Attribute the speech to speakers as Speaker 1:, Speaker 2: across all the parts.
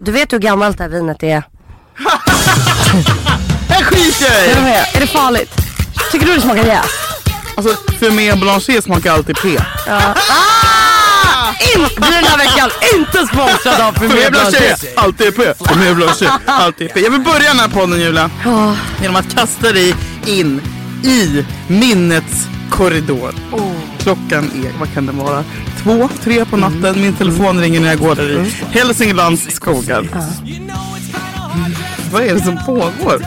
Speaker 1: Du vet hur gammalt det här vinet är?
Speaker 2: Jag skiter
Speaker 1: Är
Speaker 2: i!
Speaker 1: du med? Är det farligt? Tycker du det smakar jäst?
Speaker 2: Alltså, Fumé Blanchet smakar alltid P.
Speaker 1: Inte den här veckan! Inte sponsrad av
Speaker 2: Fumé
Speaker 1: Förmedlartjej!
Speaker 2: Blanchet, alltid P. Fumé Blanchet, alltid P. Jag vill börja den här podden Julia. Genom att kasta dig in i minnets korridor. Klockan är, vad kan det vara, två, tre på natten. Min telefon ringer när jag går där i Hälsinglands skogar. Vad är det som pågår?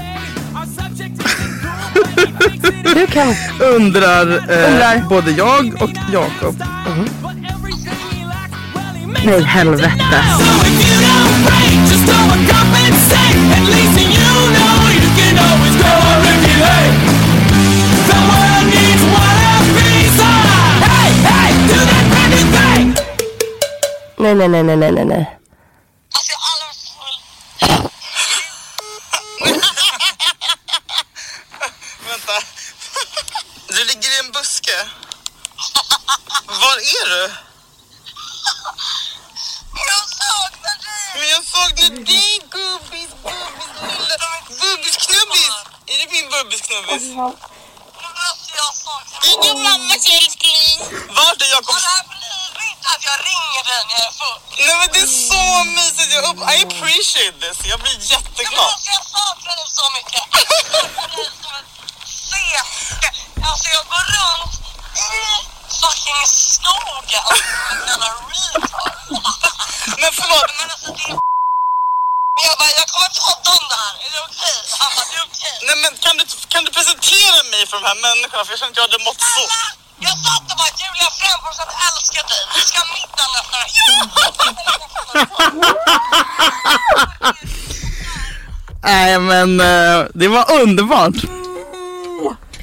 Speaker 1: Du kan...
Speaker 2: Undrar, eh,
Speaker 1: Undrar.
Speaker 2: både jag och Jakob. Uh-huh.
Speaker 1: Nej, helvete. Nej, nej, nej, nej, nej, nej, nej.
Speaker 3: Vänta. Du ligger i en buske. Var är du? Jag saknar dig. Men jag saknar dig gubbis, gubbis, lilla bubbisknubbis. Är det min bubbisknubbis? Jag saknar dig. Är mammas älskling? Vart är Jakob? Det här blir inte att jag ringer dig när jag är full. Nej men det är så mysigt. Jag upp, I appreciate this. Jag blir jätteglad. Jag saknar dig så mycket. Alltså jag går runt i fucking skogen. Alltså, Men förlåt. Men alltså det är jag bara, jag kommer ta dem där. Är det okej? Han bara, det är okej. Nej men kan du, kan du presentera mig för de här människorna? För jag känner att jag hade mått så. Jag satt och bara, Julia Fränfors, jag älskar dig. Vi ska ha middag nästa vecka.
Speaker 2: Nej men eh, det var underbart.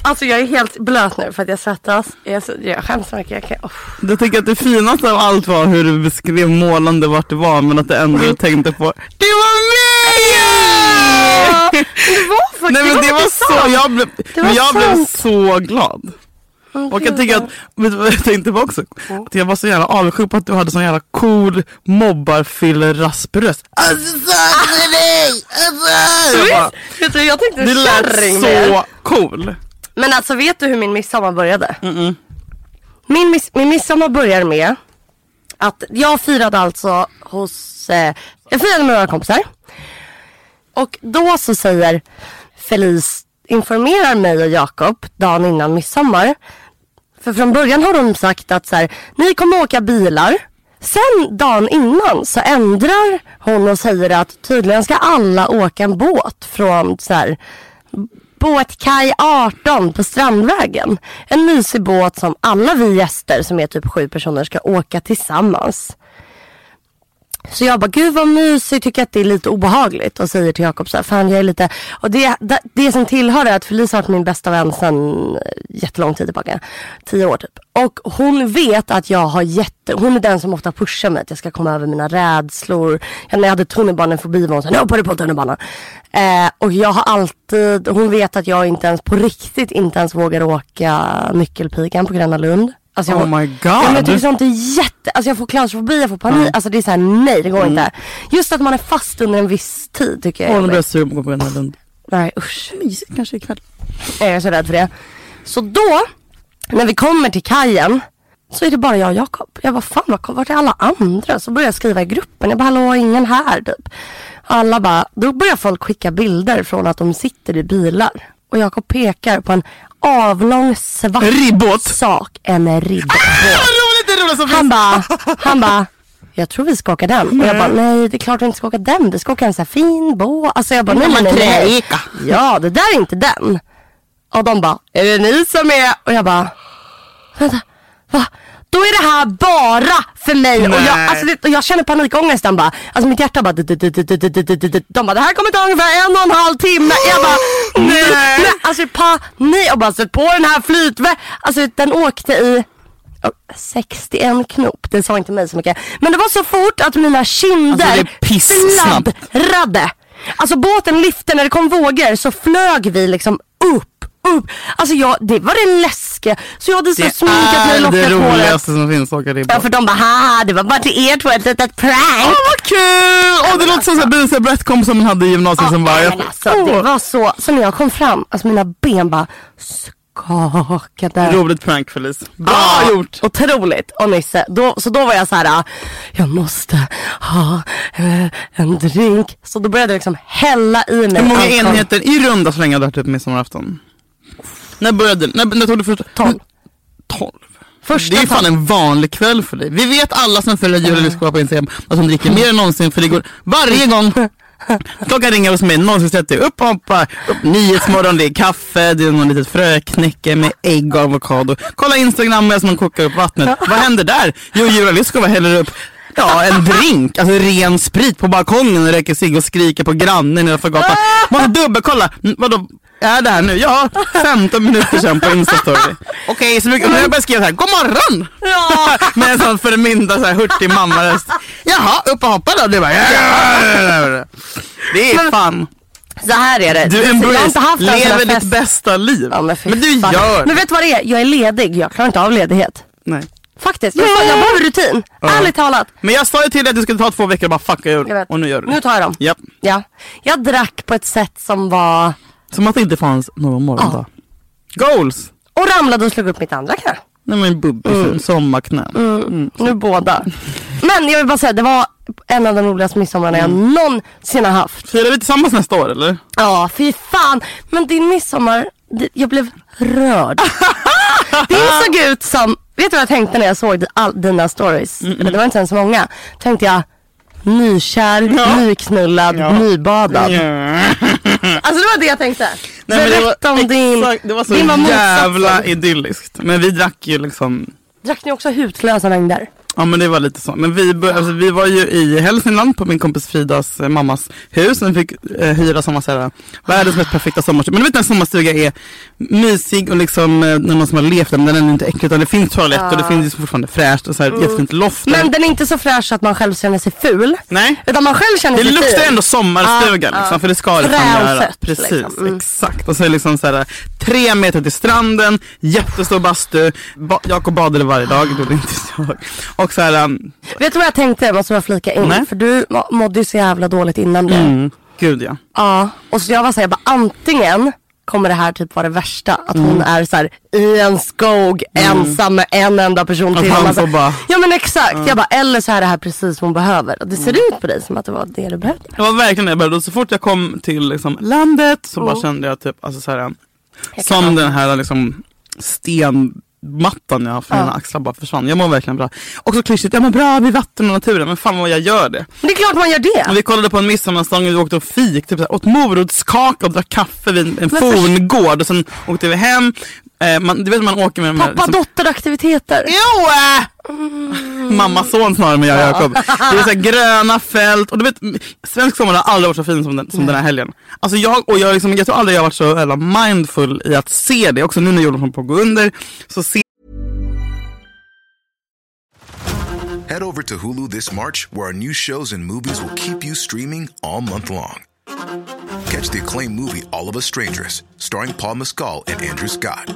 Speaker 1: Alltså jag är helt blöt nu för att jag svettas. Jag, är så- jag skäms så mycket. Jag kan, oh.
Speaker 2: Jag tycker att det finaste av allt var hur du beskrev målande vart det var men att det ändå du tänkte på Det var mig!
Speaker 1: Det var faktiskt...
Speaker 2: Nej men det var så, jag blev,
Speaker 1: Det
Speaker 2: men
Speaker 1: var
Speaker 2: jag blev
Speaker 1: sant.
Speaker 2: så glad. Och jag tycker att, vet du vad jag tänkte på också? Att jag var så jävla avundsjuk på att du hade sån jävla cool mobbarfylleraspröst. Alltså saknar dig! Alltså! Jag bara,
Speaker 1: Visst? Vet du, jag tänkte
Speaker 2: Det
Speaker 1: kärring
Speaker 2: lät
Speaker 1: mer.
Speaker 2: så cool.
Speaker 1: Men alltså vet du hur min midsommar började? Min, mis- min midsommar börjar med att jag firade alltså hos, eh, jag firade med några kompisar. Och då så säger Felice, informerar mig och Jakob dagen innan midsommar. För från början har de sagt att så här, ni kommer åka bilar. Sen dagen innan så ändrar hon och säger att tydligen ska alla åka en båt från så här, båtkaj 18 på Strandvägen. En mysig båt som alla vi gäster som är typ sju personer ska åka tillsammans. Så jag bara, gud vad mysigt, tycker att det är lite obehagligt och säger till Jakob så här, fan jag är lite, och det, det, det som tillhör är att Felice har varit min bästa vän sedan jättelång tid tillbaka, tio år typ. Och hon vet att jag har jätte, hon är den som ofta pushar mig att jag ska komma över mina rädslor. Jag, när jag hade tunnelbanefobi var hon så här, nu hoppar du på tunnelbanan. Eh, och jag har alltid, hon vet att jag inte ens på riktigt inte ens vågar åka Nyckelpigan på Gröna Lund. Alltså jag,
Speaker 2: Oh my God.
Speaker 1: Ja, men jag tycker sånt är jätte, alltså jag får klaustrofobi, jag får panik.
Speaker 2: Mm.
Speaker 1: Alltså det är såhär, nej det går inte. Just att man är fast under en viss tid tycker jag är
Speaker 2: Och nu blir
Speaker 1: jobbigt.
Speaker 2: jag sugen på att gå på Gröna Lund.
Speaker 1: Nej usch.
Speaker 2: Mysigt kanske ikväll.
Speaker 1: Jag är så rädd för det. Så då, när vi kommer till kajen så är det bara jag och Jakob. Jag bara, fan vad- vart är alla andra? Så börjar jag skriva i gruppen. Jag bara, hallå ingen här typ. Alla bara, då börjar folk skicka bilder från att de sitter i bilar. Och Jakob pekar på en avlång svart
Speaker 2: Ah. Ribbåt.
Speaker 1: sak. En ribbåt.
Speaker 2: Vad roligt det roligaste som
Speaker 1: Han bara, han bara, jag tror vi ska åka den. Och jag bara, nej det är klart vi inte ska åka den. Vi ska åka en sån här fin båt. Alltså jag bara, nej nej nej. nej. Ja, det där är inte den. Och de bara, är det ni som är? Och jag bara, vänta, va? Då är det här bara för mig. Och jag,
Speaker 2: Nej.
Speaker 1: alltså det, och jag känner panikångesten bara. Alltså mitt hjärta bara. dut, dut, dut, dut, dut, dut, dut, dut. De bara, det här kommer ta ungefär en och en halv timme. Jag bara, nej. nej. Alltså panik. Och bara, sätt på den här flytvästen. Alltså den åkte i ja, 61 knop. Det sa inte mig så mycket. Men det var så fort att mina kinder
Speaker 2: Alltså, det är pissnabbt.
Speaker 1: fladdrade. Alltså båten lyfte, när det kom vågor så flög vi liksom upp, upp. Alltså jag, det var det läskigaste läskiga. Så jag hade så
Speaker 2: Det
Speaker 1: sminkat mig och
Speaker 2: är det
Speaker 1: lockat håret.
Speaker 2: roligaste som finns, åka ribba.
Speaker 1: Ja för de bara haha det var bara till er två ett litet
Speaker 2: Åh
Speaker 1: prank.
Speaker 2: vad kul! Åh det låter som en bröstkompis som man hade i gymnasiet som bara...
Speaker 1: nej,
Speaker 2: jag-
Speaker 1: men alltså, det
Speaker 2: Åh,
Speaker 1: var så, så när jag kom fram, alltså mina ben bara skakade.
Speaker 2: Roligt prank Felice. Bra
Speaker 1: Ja,
Speaker 2: gjort!
Speaker 1: Otroligt. Och Nisse, då, så då var jag så här, ah, jag måste ha eh, en drink. Så då började jag liksom hälla i mig.
Speaker 2: Hur många
Speaker 1: alkohol.
Speaker 2: enheter i runda slängar du har typ midsommarafton? När började när, när tog du första?
Speaker 1: Tolv.
Speaker 2: Tolv.
Speaker 1: Första
Speaker 2: det är fan
Speaker 1: tolv.
Speaker 2: en vanlig kväll för dig. Vi vet alla som följer Julia på Instagram att hon dricker mer än någonsin för det går varje gång klockan ringer hos mig 06.30. Upp och hoppa, upp Nyhetsmorgon, det är kaffe, det är någon litet fröknäcke med ägg och avokado. Kolla Instagram medan man kokar upp vattnet. Vad händer där? Jo, Julia Lyskova häller upp Ja, en drink, alltså ren sprit på balkongen och röker cigg och skriker på grannen nedanför gatan. Man dubbelkolla, Mm, vadå, är det här nu? Ja, 15 minuter sedan på Instastory. Okej, så brukar jag börjar skriva så här, god morgon!
Speaker 1: Ja.
Speaker 2: Med en sån förmynda så här hurtig mammaröst. Jaha, upp och hoppa då. Det är, bara, det är fan.
Speaker 1: Så här är det.
Speaker 2: Du
Speaker 1: jag har inte
Speaker 2: embrace,
Speaker 1: haft en sån här
Speaker 2: lever ditt
Speaker 1: fest.
Speaker 2: bästa liv.
Speaker 1: Ja, men, fy
Speaker 2: du
Speaker 1: fan.
Speaker 2: gör
Speaker 1: Men vet du vad det är? Jag är ledig. Jag klarar inte av ledighet.
Speaker 2: Nej.
Speaker 1: Faktiskt. Jag, jag behöver rutin. Ärligt talat.
Speaker 2: Men jag sa ju till dig att du skulle ta två veckor och bara fuck jag gör
Speaker 1: Jag
Speaker 2: det.
Speaker 1: vet.
Speaker 2: Och nu gör du det.
Speaker 1: Nu tar jag dem.
Speaker 2: Japp.
Speaker 1: Ja. Jag drack på ett sätt som var...
Speaker 2: Som att det inte fanns någon morgondag. Goals!
Speaker 1: Och ramlade och slog upp mitt andra knä.
Speaker 2: Nej men bubbis, sommarknä. Mm.
Speaker 1: Nu båda. Men jag vill bara säga, det var en av de roligaste midsommarna jag
Speaker 2: Mm.
Speaker 1: någonsin har haft.
Speaker 2: Firar vi tillsammans nästa år eller?
Speaker 1: Ja, fy fan. Men din midsommar, det- jag blev rörd. Din såg ut som, vet du vad jag tänkte när jag såg di- all, dina stories? Eller det var inte ens så många. Tänkte jag, nykär,
Speaker 2: Ja.
Speaker 1: nyknullad,
Speaker 2: Ja.
Speaker 1: nybadad.
Speaker 2: Yeah.
Speaker 1: Alltså det var det jag tänkte.
Speaker 2: Nej, men det var,
Speaker 1: Berätta om din.
Speaker 2: exakt, det var så
Speaker 1: din motsatsen.
Speaker 2: jävla idylliskt. Men vi drack ju liksom
Speaker 1: Drack ni också hutlösa mängder?
Speaker 2: Ja men det var lite så. Men vi, bör- alltså, vi var ju i Hälsingland på min kompis Fridas eh, mammas hus. Och vi fick eh, hyra som var så här, världens mest perfekta sommarstuga. Men du vet när en sommarstuga är mysig och liksom eh, när någon som har levt där men den är inte äcklig utan det finns toalett och det finns liksom fortfarande fräscht och så här jättefint loft.
Speaker 1: Men den är inte så fräsch att man själv känner sig ful.
Speaker 2: Nej.
Speaker 1: Utan man själv känner
Speaker 2: Det
Speaker 1: sig
Speaker 2: luktar
Speaker 1: fin.
Speaker 2: ändå sommarstuga
Speaker 1: Ja,
Speaker 2: liksom,
Speaker 1: ja.
Speaker 2: för det ska det
Speaker 1: Trä
Speaker 2: fan
Speaker 1: och
Speaker 2: göra.
Speaker 1: fett,
Speaker 2: Precis,
Speaker 1: liksom. Mm.
Speaker 2: exakt. Och så är det liksom så här, tre meter till stranden, jättestor bastu. Ba- Jakob badade varje dag, det gjorde inte jag. Och så här, um,
Speaker 1: Vet du vad jag tänkte? Jag måste bara flika in.
Speaker 2: Nej.
Speaker 1: För du må- mådde ju så jävla dåligt innan det.
Speaker 2: mm, gud ja.
Speaker 1: Ja. Och så jag var såhär, jag bara antingen kommer det här typ vara det värsta. Att
Speaker 2: Mm.
Speaker 1: hon är så här i en skog ensam med en enda person
Speaker 2: Att
Speaker 1: till.
Speaker 2: han
Speaker 1: Och man
Speaker 2: får
Speaker 1: så här-
Speaker 2: bara- Mm.
Speaker 1: Ja men exakt. Jag bara, eller så är det här precis vad hon behöver. Och det ser ut på dig som att det var det du behövde.
Speaker 2: Det var verkligen det jag behövde. Och Så fort jag kom till liksom, landet så
Speaker 1: Oh.
Speaker 2: bara kände jag typ alltså, så här, som den här liksom, stenmattan jag har för mina axlar bara försvann. Jag mår verkligen bra. Och så klyschigt, jag mår bra vid vatten och naturen. Men fan vad jag gör det.
Speaker 1: Men det är klart man gör det.
Speaker 2: Och vi kollade på en midsommarstång och vi åkte och fik, typ, så här, åt morotskaka och drack kaffe vid en
Speaker 1: för-
Speaker 2: forngård. Och sen åkte vi hem. Eh, man, du vet man åker med de här,
Speaker 1: Pappa
Speaker 2: liksom-
Speaker 1: dotteraktiviteter.
Speaker 2: Jo! äh! Mamma son snarare men jag och Jakob. Det är så här gröna fält och du vet svensk sommar har aldrig varit så fin som den, som den här helgen. Alltså jag, och jag, liksom, jag tror aldrig jag har varit så jävla mindful i att se det. Också nu när jorden håller på att gå under så ser
Speaker 4: Head over to Hulu this March, where our new shows and movies will keep you streaming all month long. Catch the acclaimed movie All of Us Strangers, starring Paul Mescal and Andrew Scott.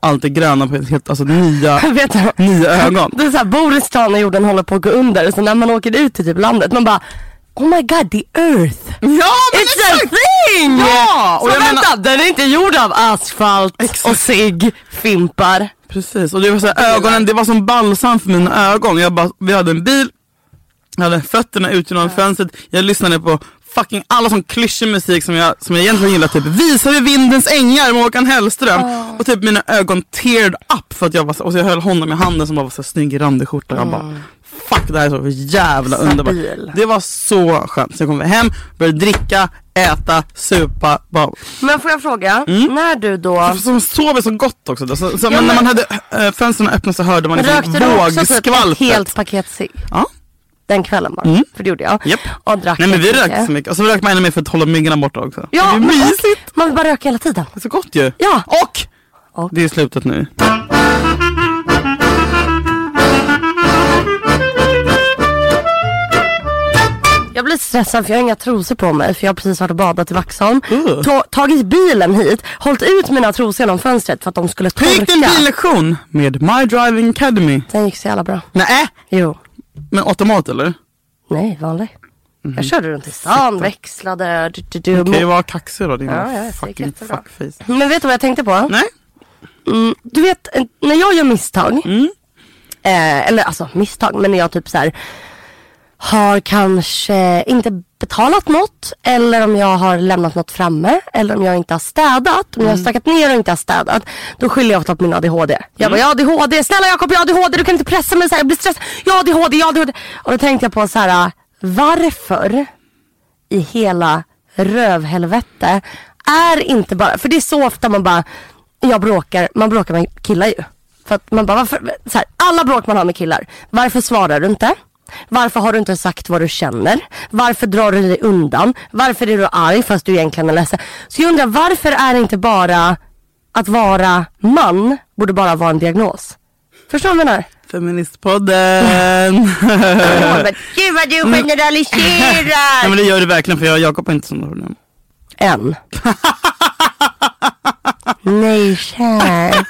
Speaker 2: allt det gröna på ett helt, alltså nya,
Speaker 1: Vet du?
Speaker 2: nya ögon.
Speaker 1: Det är såhär, bor i stan och jorden håller på att gå under. Så när man åker ut till typ landet, man bara Oh my god, the earth!
Speaker 2: Ja
Speaker 1: It's a thing!
Speaker 2: Ja, och
Speaker 1: så
Speaker 2: jag
Speaker 1: vänta, den är inte gjord av asfalt och cigg, fimpar.
Speaker 2: Precis, och det var så här, ögonen, det var som balsam för mina ögon. Jag bara, vi hade en bil, jag hade fötterna ut genom fönstret, jag lyssnade på fucking alla sån klyschig musik som jag, som jag egentligen gillar. Typ Visar i vindens ängar med Håkan Hellström. Och typ mina ögon teared up för att jag var så, och så jag höll honom i handen som bara var så här snygg i randig skjorta. Jag bara fuck det här är så jävla
Speaker 1: Stabil.
Speaker 2: underbart. Det var så skönt. Sen kom vi hem, började dricka, äta, supa. Bara
Speaker 1: Men får jag fråga, när du då...
Speaker 2: som sover så gott också. Då. Så, så, men, när
Speaker 1: men-
Speaker 2: man hade äh, fönstren öppna så hörde man liksom
Speaker 1: Rökte du också typ ett
Speaker 2: vågskvalpet.
Speaker 1: helt paket cigg?
Speaker 2: Ja.
Speaker 1: Den kvällen bara, för det gjorde jag.
Speaker 2: Japp.
Speaker 1: Och drack
Speaker 2: Nej men vi
Speaker 1: jättemycket.
Speaker 2: rökte så mycket. Och så rökte man ännu mer för att hålla myggorna borta också.
Speaker 1: Ja,
Speaker 2: det är
Speaker 1: men-
Speaker 2: mysigt.
Speaker 1: Man vill bara röka hela tiden.
Speaker 2: Det är så gott ju.
Speaker 1: Ja.
Speaker 2: Och,
Speaker 1: Och.
Speaker 2: det är slutet nu.
Speaker 1: Jag blir stressad för jag har inga trosor på mig för jag har precis varit och badat i Vaxholm. Ta- tagit bilen hit, hållit ut mina trosor genom fönstret för att de skulle
Speaker 2: Hur
Speaker 1: torka.
Speaker 2: gick din billektion med My Driving Academy?
Speaker 1: Den gick så jävla bra.
Speaker 2: Nej,
Speaker 1: Jo,
Speaker 2: men automat eller?
Speaker 1: nej vanlig. Jag körde runt i stan, växlade. Du, du, du,
Speaker 2: Kan ju vara kaxig då din
Speaker 1: Ja, ja, det gick
Speaker 2: fucking
Speaker 1: jättebra.
Speaker 2: fuckface.
Speaker 1: Men vet du vad jag tänkte på?
Speaker 2: Nej,
Speaker 1: Du vet eh, när jag gör misstag. Eh, eller alltså misstag men när jag typ så här har kanske inte betalat något eller om jag har lämnat något framme eller om jag inte har städat. Om jag har stackat ner och inte har städat. Då skyller jag ofta på min ADHD. Jag bara jag har ADHD, snälla Jakob jag har ADHD, du kan inte pressa mig så här, jag blir stressad. Jag har ADHD, jag har ADHD. Och då tänkte jag på så här, "Ah, varför i hela rövhelvete är inte bara, för det är så ofta man bara, jag bråkar, man bråkar med killar ju. För att man bara, varför, så här, alla bråk man har med killar, varför svarar du inte? Varför har du inte sagt vad du känner? Varför drar du dig undan? Varför är du arg fast du egentligen är ledsen? Så jag undrar, varför är det inte bara att vara man borde bara vara en diagnos? Förstår du vad jag menar?
Speaker 2: Feministpodden.
Speaker 1: Jag bara, Gud vad du
Speaker 2: Nej men
Speaker 1: generaliserar!
Speaker 2: det gör du verkligen för jag och Jakob har inte sådana problem.
Speaker 1: En. Nej kär.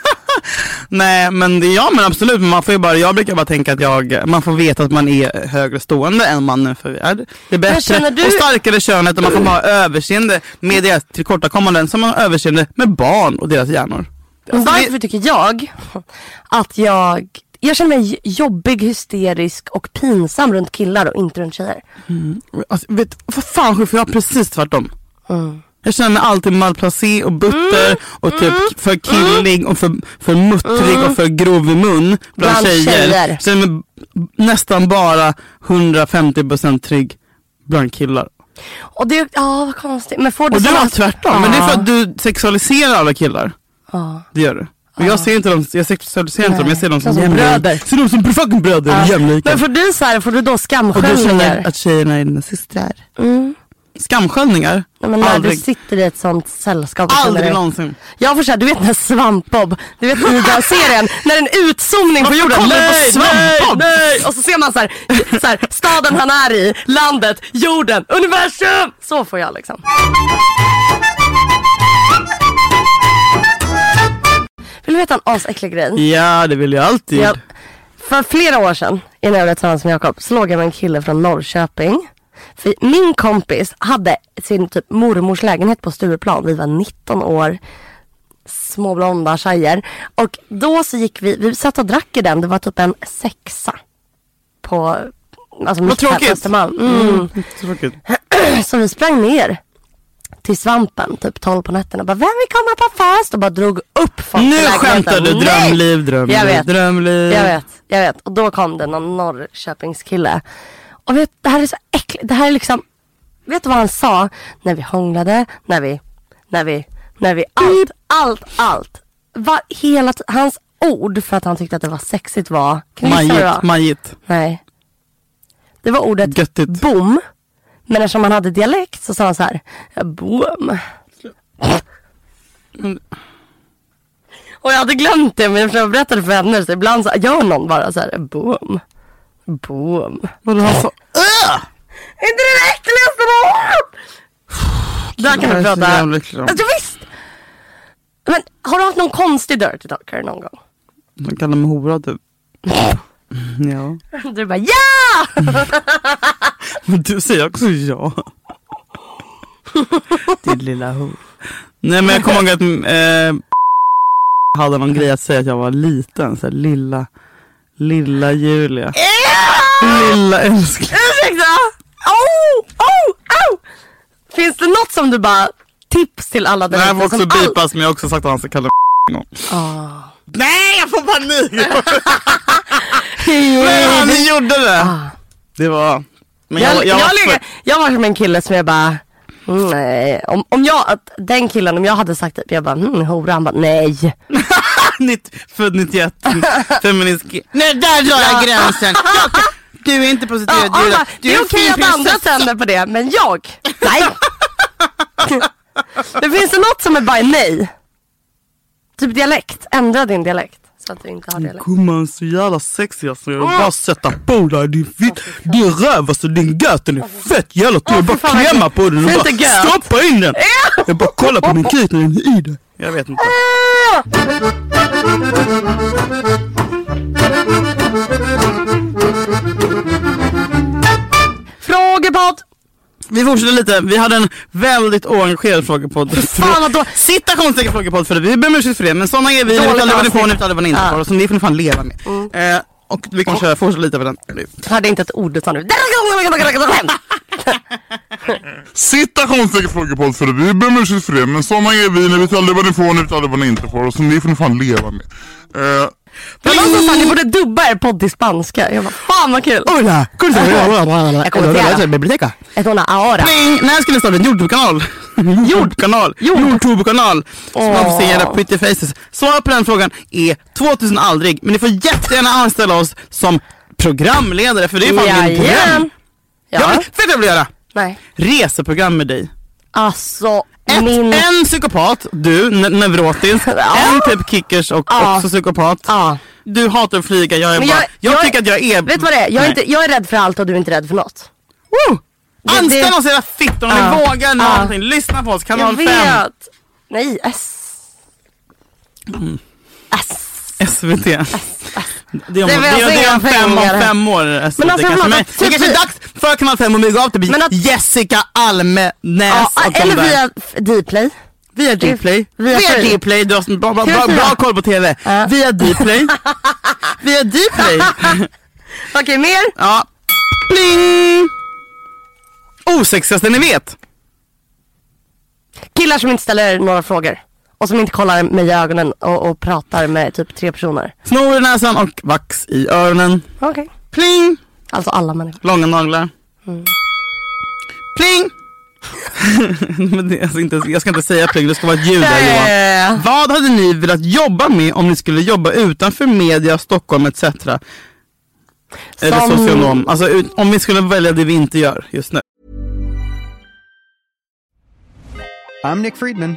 Speaker 2: Nej men det, ja men absolut, men man får ju bara, jag brukar bara tänka att jag, man får veta att man är högre stående än mannen för vi är. Det bättre
Speaker 1: känner du-
Speaker 2: och starkare könet och man får bara ha överseende med deras tillkortakommanden som man har överseende med barn och deras hjärnor.
Speaker 1: Men Varför tycker jag att jag jag känner mig jobbig, hysterisk och pinsam runt killar och inte runt tjejer.
Speaker 2: Alltså, vet, vad fan för jag har precis tvärtom.
Speaker 1: Mm.
Speaker 2: Jag känner mig alltid malplacé och butter och typ för killig och för, för muttrig och för grov i mun bland,
Speaker 1: Mm. Bland
Speaker 2: tjejer.
Speaker 1: tjejer.
Speaker 2: Jag känner mig nästan bara 150% trygg bland killar.
Speaker 1: Och det, ja vad konstigt. Men får du
Speaker 2: Och du
Speaker 1: såna-
Speaker 2: har tvärtom. Men det är för att du sexualiserar alla killar. Det gör du. Men jag ser inte dem, jag sexualiserar inte dem, jag ser dem som,
Speaker 1: De som
Speaker 2: jämlika.
Speaker 1: bröder.
Speaker 2: Ser dem som fucking bröder,
Speaker 1: Ja.
Speaker 2: jämlika.
Speaker 1: Men får du så här, får du då
Speaker 2: och du känner
Speaker 1: skamskällningar?
Speaker 2: att tjejerna är dina systrar. Skamsköljningar?
Speaker 1: Nej, Mm. men när
Speaker 2: Aldrig.
Speaker 1: du sitter i ett sånt sällskap. och känner
Speaker 2: Aldrig
Speaker 1: dig-
Speaker 2: någonsin.
Speaker 1: Jag får säga, du vet när Svampbob, du vet i den serien, när en utzoomning på
Speaker 2: Varför
Speaker 1: jorden
Speaker 2: kollar du på
Speaker 1: Nej,
Speaker 2: Svampbob?
Speaker 1: nej, nej. Och så ser man så här, så här, staden han är i, landet, jorden, universum. Så får jag liksom. Vill du veta en asäcklig grej?
Speaker 2: Ja, det vill jag alltid.
Speaker 1: Jag, för flera år sedan, innan jag blev tillsammans med Jakob, så låg jag med en kille från Norrköping. För min kompis hade sin typ mormors lägenhet på Stureplan. Vi var 19 år, små blonda tjejer. Och då så gick vi, vi satt och drack i den. Det var typ en sexa. På, alltså mitt här på
Speaker 2: tråkigt.
Speaker 1: Östermalm. Mm.
Speaker 2: Tråkigt.
Speaker 1: Så vi sprang ner till svampen typ 12 på nätterna. Bara, vem vill komma på fest? Och bara drog upp folk
Speaker 2: Nu
Speaker 1: till lägenheten.
Speaker 2: skämtar du.
Speaker 1: Nej!
Speaker 2: Drömliv, drömliv,
Speaker 1: Jag vet.
Speaker 2: drömliv.
Speaker 1: Jag vet, jag vet. Och då kom det någon Norrköpingskille. Och vet, det här är så äckligt. Det här är liksom, vet du vad han sa? När vi hånglade, när vi, när vi, när vi, allt, allt, allt. Var hela, t- hans ord för att han tyckte att det var sexigt var, kan du gissa vad det var?
Speaker 2: Majigt, majigt.
Speaker 1: Nej. Det var ordet
Speaker 2: Göttigt.
Speaker 1: bom. Men eftersom han hade dialekt så sa han så här. Bom. Och jag hade glömt det men eftersom jag berättade för henne så ibland så gör någon bara så här. Bom. Bom.
Speaker 2: Vadå, han sa... Öh!
Speaker 1: Är inte det det äckligaste du har hört? Där kan du
Speaker 2: Det är så
Speaker 1: prata.
Speaker 2: jävla äckligt.
Speaker 1: Alltså, visst. Men har du haft någon konstig dirty talker någon gång?
Speaker 2: Han kallar mig hora typ. Ja.
Speaker 1: Du bara ja!
Speaker 2: Men du säger också ja. Din lilla hora. Nej men jag kommer ihåg att eh, hade någon grej att säga att jag var liten. Så här, lilla, lilla Julia. Lilla älskling.
Speaker 1: Ursäkta! Au! Au! Au! Finns det något som du bara, tips till alla
Speaker 2: Det
Speaker 1: där
Speaker 2: här
Speaker 1: ute
Speaker 2: får också
Speaker 1: som all-
Speaker 2: bipas men jag har också sagt att han ska kalla mig en gång.
Speaker 1: Ah.
Speaker 2: Nej jag får panik! Nej, han gjorde det! Det var... Men
Speaker 1: Ah. Jag, jag, jag,
Speaker 2: var
Speaker 1: ligger- jag var som en kille som jag bara, nej. Om, om jag, att den killen, om jag hade sagt det, jag bara, mm, hora. Han bara, nej.
Speaker 2: Nitt, född 91, feminist ki- Nej där drar jag gränsen! Jag kan- Du är inte
Speaker 1: Ja,
Speaker 2: prostituerad
Speaker 1: han
Speaker 2: Julia.
Speaker 1: bara, det är
Speaker 2: en
Speaker 1: okej
Speaker 2: fin
Speaker 1: att andra
Speaker 2: prinsessa.
Speaker 1: tänder på det, men jag, nej. det finns det något som är bara nej? Typ dialekt, ändra din dialekt. Så att du inte har dialekt.
Speaker 2: Gumman så jävla sexig alltså. Jag vill bara sätta på dig din fitt, din röv alltså din göt den är fett jävla stor. Jag
Speaker 1: Åh,
Speaker 2: bara
Speaker 1: fy fan, vad
Speaker 2: klämma
Speaker 1: äckligt.
Speaker 2: på den och
Speaker 1: Säg
Speaker 2: bara
Speaker 1: inte göt.
Speaker 2: stoppa in den. Jag bara kolla på min kuk när den är i dig. Jag vet inte.
Speaker 1: Frågepodd!
Speaker 2: Vi fortsätter lite. Vi hade en väldigt oengagerad frågepodd.
Speaker 1: fan, vad då-
Speaker 2: Citationstecken frågepodd för det. Vi ber om ursäkt för det. Men sådana är vi. Vi
Speaker 1: Dåligt
Speaker 2: vet aldrig vad ni
Speaker 1: avsnitt.
Speaker 2: får, ni vet aldrig vad ni inte
Speaker 1: Ja. Mm.
Speaker 2: får. Och Som ni får ni fan leva med. Eh, och vi kan köra, fortsätta lite på den. nu.
Speaker 1: Jag hade inte ett ord utan nu.
Speaker 5: Citationstecken frågepodd för det. Vi ber om ursäkt för det. Men såna är vi. Ni vet aldrig vad ni får, ni vet aldrig vad ni inte får. Och som ni får ni fan leva med. Eh,
Speaker 1: Men någon sa såhär, ni borde dubba er podd till spanska. Jag bara, fan vad kul!
Speaker 2: Hola!
Speaker 1: Jag kommenterar. Ett hon aora.
Speaker 2: Pling! När ska ni starta en Youtube-kanal? Youtube-kanal! Youtube-kanal! Som
Speaker 1: Åh.
Speaker 2: oh. era pretty faces. Svaret på den frågan är 2000 aldrig. Men ni får jättegärna anställa oss som programledare för det är fan min dröm.
Speaker 1: Jajamän.
Speaker 2: Jag vill,
Speaker 1: Ja.
Speaker 2: vet du vad jag vill göra?
Speaker 1: Nej.
Speaker 2: Reseprogram med dig.
Speaker 1: Alltså,
Speaker 2: Ett,
Speaker 1: min...
Speaker 2: En psykopat, du, ne- neurotisk.
Speaker 1: Ja.
Speaker 2: En typ kickers och
Speaker 1: Ja.
Speaker 2: också psykopat.
Speaker 1: Ja.
Speaker 2: Du hatar att flyga, jag är
Speaker 1: Men
Speaker 2: bara... Jag, tycker att jag är...
Speaker 1: Vet du vad det är? Jag är,
Speaker 2: Nej.
Speaker 1: inte, jag är rädd för allt och du är inte rädd för något.
Speaker 2: Woo!
Speaker 1: det-
Speaker 2: Anställ oss era fittor om
Speaker 1: Ja.
Speaker 2: ni vågar
Speaker 1: Ja.
Speaker 2: någonting. Lyssna på oss,
Speaker 1: Jag
Speaker 2: kanal 5.
Speaker 1: vet. Nej, S. S.
Speaker 2: SVT. Det är om,
Speaker 1: Det
Speaker 2: det
Speaker 1: är väl
Speaker 2: är, det är om
Speaker 1: inga
Speaker 2: fem, om
Speaker 1: pengar.
Speaker 2: fem år SVT
Speaker 1: Men alltså,
Speaker 2: kanske.
Speaker 1: förlåt,
Speaker 2: Men
Speaker 1: att
Speaker 2: det
Speaker 1: typ-
Speaker 2: kanske är dags för Kanal 5 att mygga av till
Speaker 1: Men att-
Speaker 2: Jessica Almenäs
Speaker 1: Ja,
Speaker 2: och de
Speaker 1: eller
Speaker 2: där.
Speaker 1: via f- Dplay.
Speaker 2: Via Dplay.
Speaker 1: Via Free.
Speaker 2: Dplay, du har sån bra, bra,
Speaker 1: Kan
Speaker 2: bra,
Speaker 1: jag säga?
Speaker 2: bra koll på TV.
Speaker 1: Ja.
Speaker 2: Via Dplay. via Dplay.
Speaker 1: Okej, mer?
Speaker 2: ja. Pling! Osexigaste ni vet.
Speaker 1: Killar som inte ställer några frågor. Och som inte kollar mig i ögonen och, och pratar med typ tre personer.
Speaker 2: Snor i näsan och vax i öronen.
Speaker 1: Okej.
Speaker 2: Pling!
Speaker 1: Alltså alla människor.
Speaker 2: Långa naglar. Pling! Men det är alltså inte, jag ska inte säga pling, det ska vara ett ljud där Johan.
Speaker 1: Eh,
Speaker 2: Vad hade ni velat jobba med om ni skulle jobba utanför media, Stockholm etc? Eller
Speaker 1: Som-
Speaker 2: socionom. Alltså ut, om vi skulle välja det vi inte gör just nu.
Speaker 6: I'm Nick Friedman.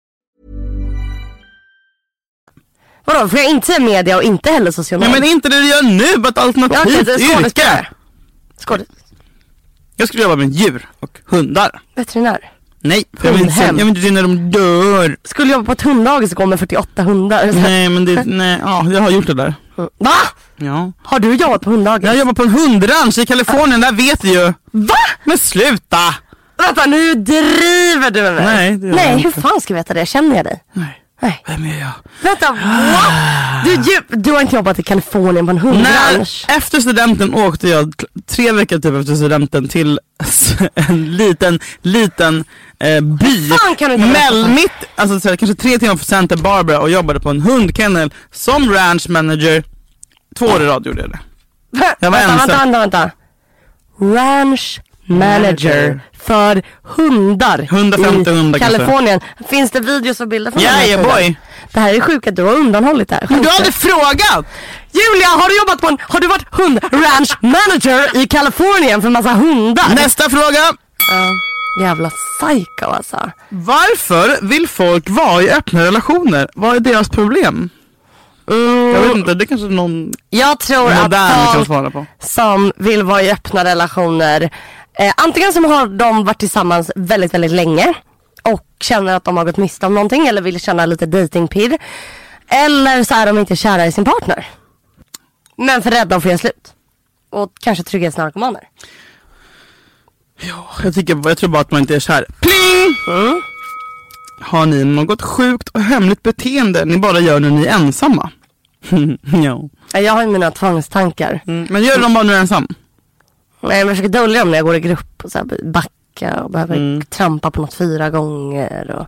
Speaker 1: Vadå, får jag inte säga media och inte heller socionom?
Speaker 2: Nej men inte det du gör nu, ett
Speaker 1: Ja, okej,
Speaker 2: alternativt
Speaker 1: det är
Speaker 2: yrke.
Speaker 1: skådespelare. Skåd...
Speaker 2: Jag skulle jobba med djur och hundar.
Speaker 1: Veterinär.
Speaker 2: Nej, för jag vill inte se- jag
Speaker 1: Hundhem.
Speaker 2: vill inte se när de dör.
Speaker 1: Skulle jobba på ett hunddagis och gå med 48 hundar. Mm.
Speaker 2: Nej men det, nej, ja jag har gjort det där.
Speaker 1: Va?
Speaker 2: Ja.
Speaker 1: Har du jobbat på hunddagis?
Speaker 2: Jag jobbar på en hundranch i Kalifornien, där vet du ju.
Speaker 1: Va?
Speaker 2: Men sluta!
Speaker 1: Vänta nu driver du med mig.
Speaker 2: Nej, det gör jag
Speaker 1: Nej
Speaker 2: inte.
Speaker 1: hur fan ska jag veta det? Känner jag dig?
Speaker 2: Nej.
Speaker 1: Nej.
Speaker 2: Vem är jag?
Speaker 1: Vänta, what? Du, ju- du har inte jobbat i Kalifornien på en
Speaker 2: När,
Speaker 1: hundbransch.
Speaker 2: efter studenten åkte jag, t- tre veckor typ efter studenten, till en liten, liten eh, by.
Speaker 1: fan kan du inte berätta
Speaker 2: Mell,
Speaker 1: för-
Speaker 2: mitt, alltså så här, kanske tre timmar från Santa Barbara och jobbade på en hundkennel som ranch manager. Två år i rad gjorde jag det. jag var
Speaker 1: vänta, vänta,
Speaker 2: ensam.
Speaker 1: vänta, vänta. Ranch manager för hundar
Speaker 2: 150
Speaker 1: i
Speaker 2: hundar kanske.
Speaker 1: Kalifornien. Finns det videos och bilder från den här
Speaker 2: Yeah,
Speaker 1: tiden?
Speaker 2: boy.
Speaker 1: Det här är sjukt att du har undanhållit det här.
Speaker 2: Men du har
Speaker 1: Sjukt.
Speaker 2: aldrig
Speaker 1: Alltså-
Speaker 2: frågat!
Speaker 1: Julia, har du jobbat på en, har du varit hund ranch manager i Kalifornien för en massa hundar?
Speaker 2: Nästa fråga.
Speaker 1: Ja. Jävla psycho alltså.
Speaker 2: Varför vill folk vara i öppna relationer? Vad är deras problem? Eh, Jag vet inte, det kanske någon
Speaker 1: Jag tror
Speaker 2: modern
Speaker 1: att
Speaker 2: kan
Speaker 1: folk
Speaker 2: svara på.
Speaker 1: som vill vara i öppna relationer. Eh, antingen som har de varit tillsammans väldigt, väldigt länge och känner att de har gått miste om någonting eller vill känna lite datingpirr. Eller så är de inte kära i sin partner. Men för rädda för att göra slut. Och kanske trygghetsnarkomaner.
Speaker 2: Jag, tycker, jag tror bara att man inte är kär. Pling! Har ni något sjukt och hemligt beteende ni bara gör när ni är ensamma? ja.
Speaker 1: Eh, Jag har ju mina tvångstankar.
Speaker 2: Men gör de bara när du är ensam?
Speaker 1: Nej, jag försöker dölja dem när jag går i grupp och så här backa och behöver trampa på något fyra gånger och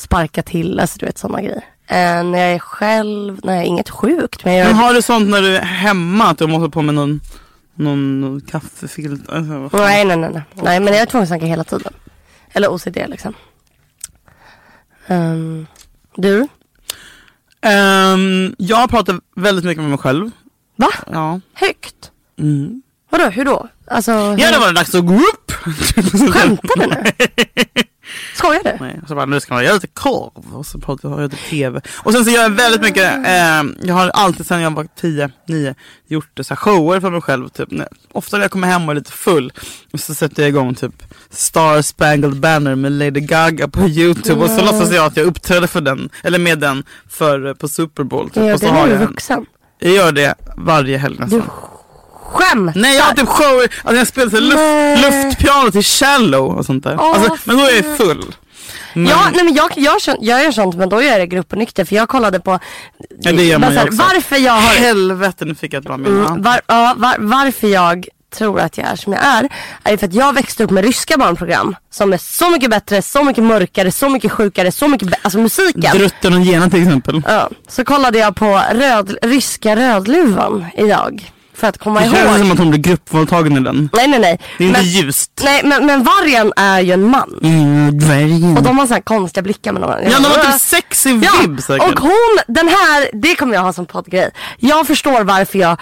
Speaker 1: sparka till. Alltså du vet sådana grejer. Eh, när jag är själv, nej inget sjukt men jag
Speaker 2: Men har du sånt när du är hemma, att du måste ha på med någon, någon, någon kaffefilt? Alltså, vad fan?
Speaker 1: Nej, nej, nej, nej. nej men jag är tvångstankar hela tiden. Eller OCD liksom. Ehm, du?
Speaker 2: Ehm, jag pratar väldigt mycket med mig själv.
Speaker 1: Va?
Speaker 2: Ja.
Speaker 1: Högt?
Speaker 2: Mm.
Speaker 1: Vadå, hur då? Alltså,
Speaker 2: Ja, det
Speaker 1: hur...
Speaker 2: var det dags att gå upp!
Speaker 1: skämtar du nu? Skojar du?
Speaker 2: Nej, så bara, nu ska man göra lite korv och så pratar jag lite tv. Och sen så gör jag väldigt mycket, eh, jag har alltid sedan jag var 10, 9 gjort så här shower för mig själv. Typ. När, ofta när jag kommer hem och är lite full och så sätter jag igång typ Star Spangled Banner med Lady Gaga på Youtube och så låtsas jag att jag uppträder för den, eller med den för, eh, på Super Bowl. Typ.
Speaker 1: Gör
Speaker 2: och
Speaker 1: det
Speaker 2: så
Speaker 1: när
Speaker 2: har
Speaker 1: du
Speaker 2: jag,
Speaker 1: är
Speaker 2: en-
Speaker 1: vuxen?
Speaker 2: jag gör det varje helg nästan.
Speaker 1: Skämtar?
Speaker 2: Nej jag har typ shower, alltså jag spelar så här
Speaker 1: Nej.
Speaker 2: luft, luftpiano till shallow och sånt där.
Speaker 1: Åh,
Speaker 2: alltså, men då är jag
Speaker 1: fy.
Speaker 2: full. Men-
Speaker 1: Ja, nej men jag, jag, kän- jag gör sånt men då gör jag det gruppnykter för jag kollade på
Speaker 2: Ja, det gör
Speaker 1: bara
Speaker 2: man
Speaker 1: så
Speaker 2: ju
Speaker 1: här,
Speaker 2: också.
Speaker 1: varför jag har
Speaker 2: Helvete nu fick jag ett bra minne.
Speaker 1: Mm, var, ja, var, varför jag tror att jag är som jag är, är ju för att jag växte upp med ryska barnprogram som är så mycket bättre, så mycket mörkare, så mycket sjukare, så mycket bä- alltså musiken.
Speaker 2: Drutten och Gena till exempel.
Speaker 1: ja, så kollade jag på röd, ryska Rödluvan idag för att komma
Speaker 2: Det känns som
Speaker 1: ihåg.
Speaker 2: att hon blir gruppvåldtagen i den.
Speaker 1: Nej nej nej.
Speaker 2: Det är inte
Speaker 1: men,
Speaker 2: ljust.
Speaker 1: nej men, men vargen är ju en man.
Speaker 2: Mm, dvärgen.
Speaker 1: Och de har så här konstiga blickar med varandra.
Speaker 2: Ja, de har typ sexy vibb säkert.
Speaker 1: och hon, den här, det kommer jag ha som poddgrej. Jag förstår varför jag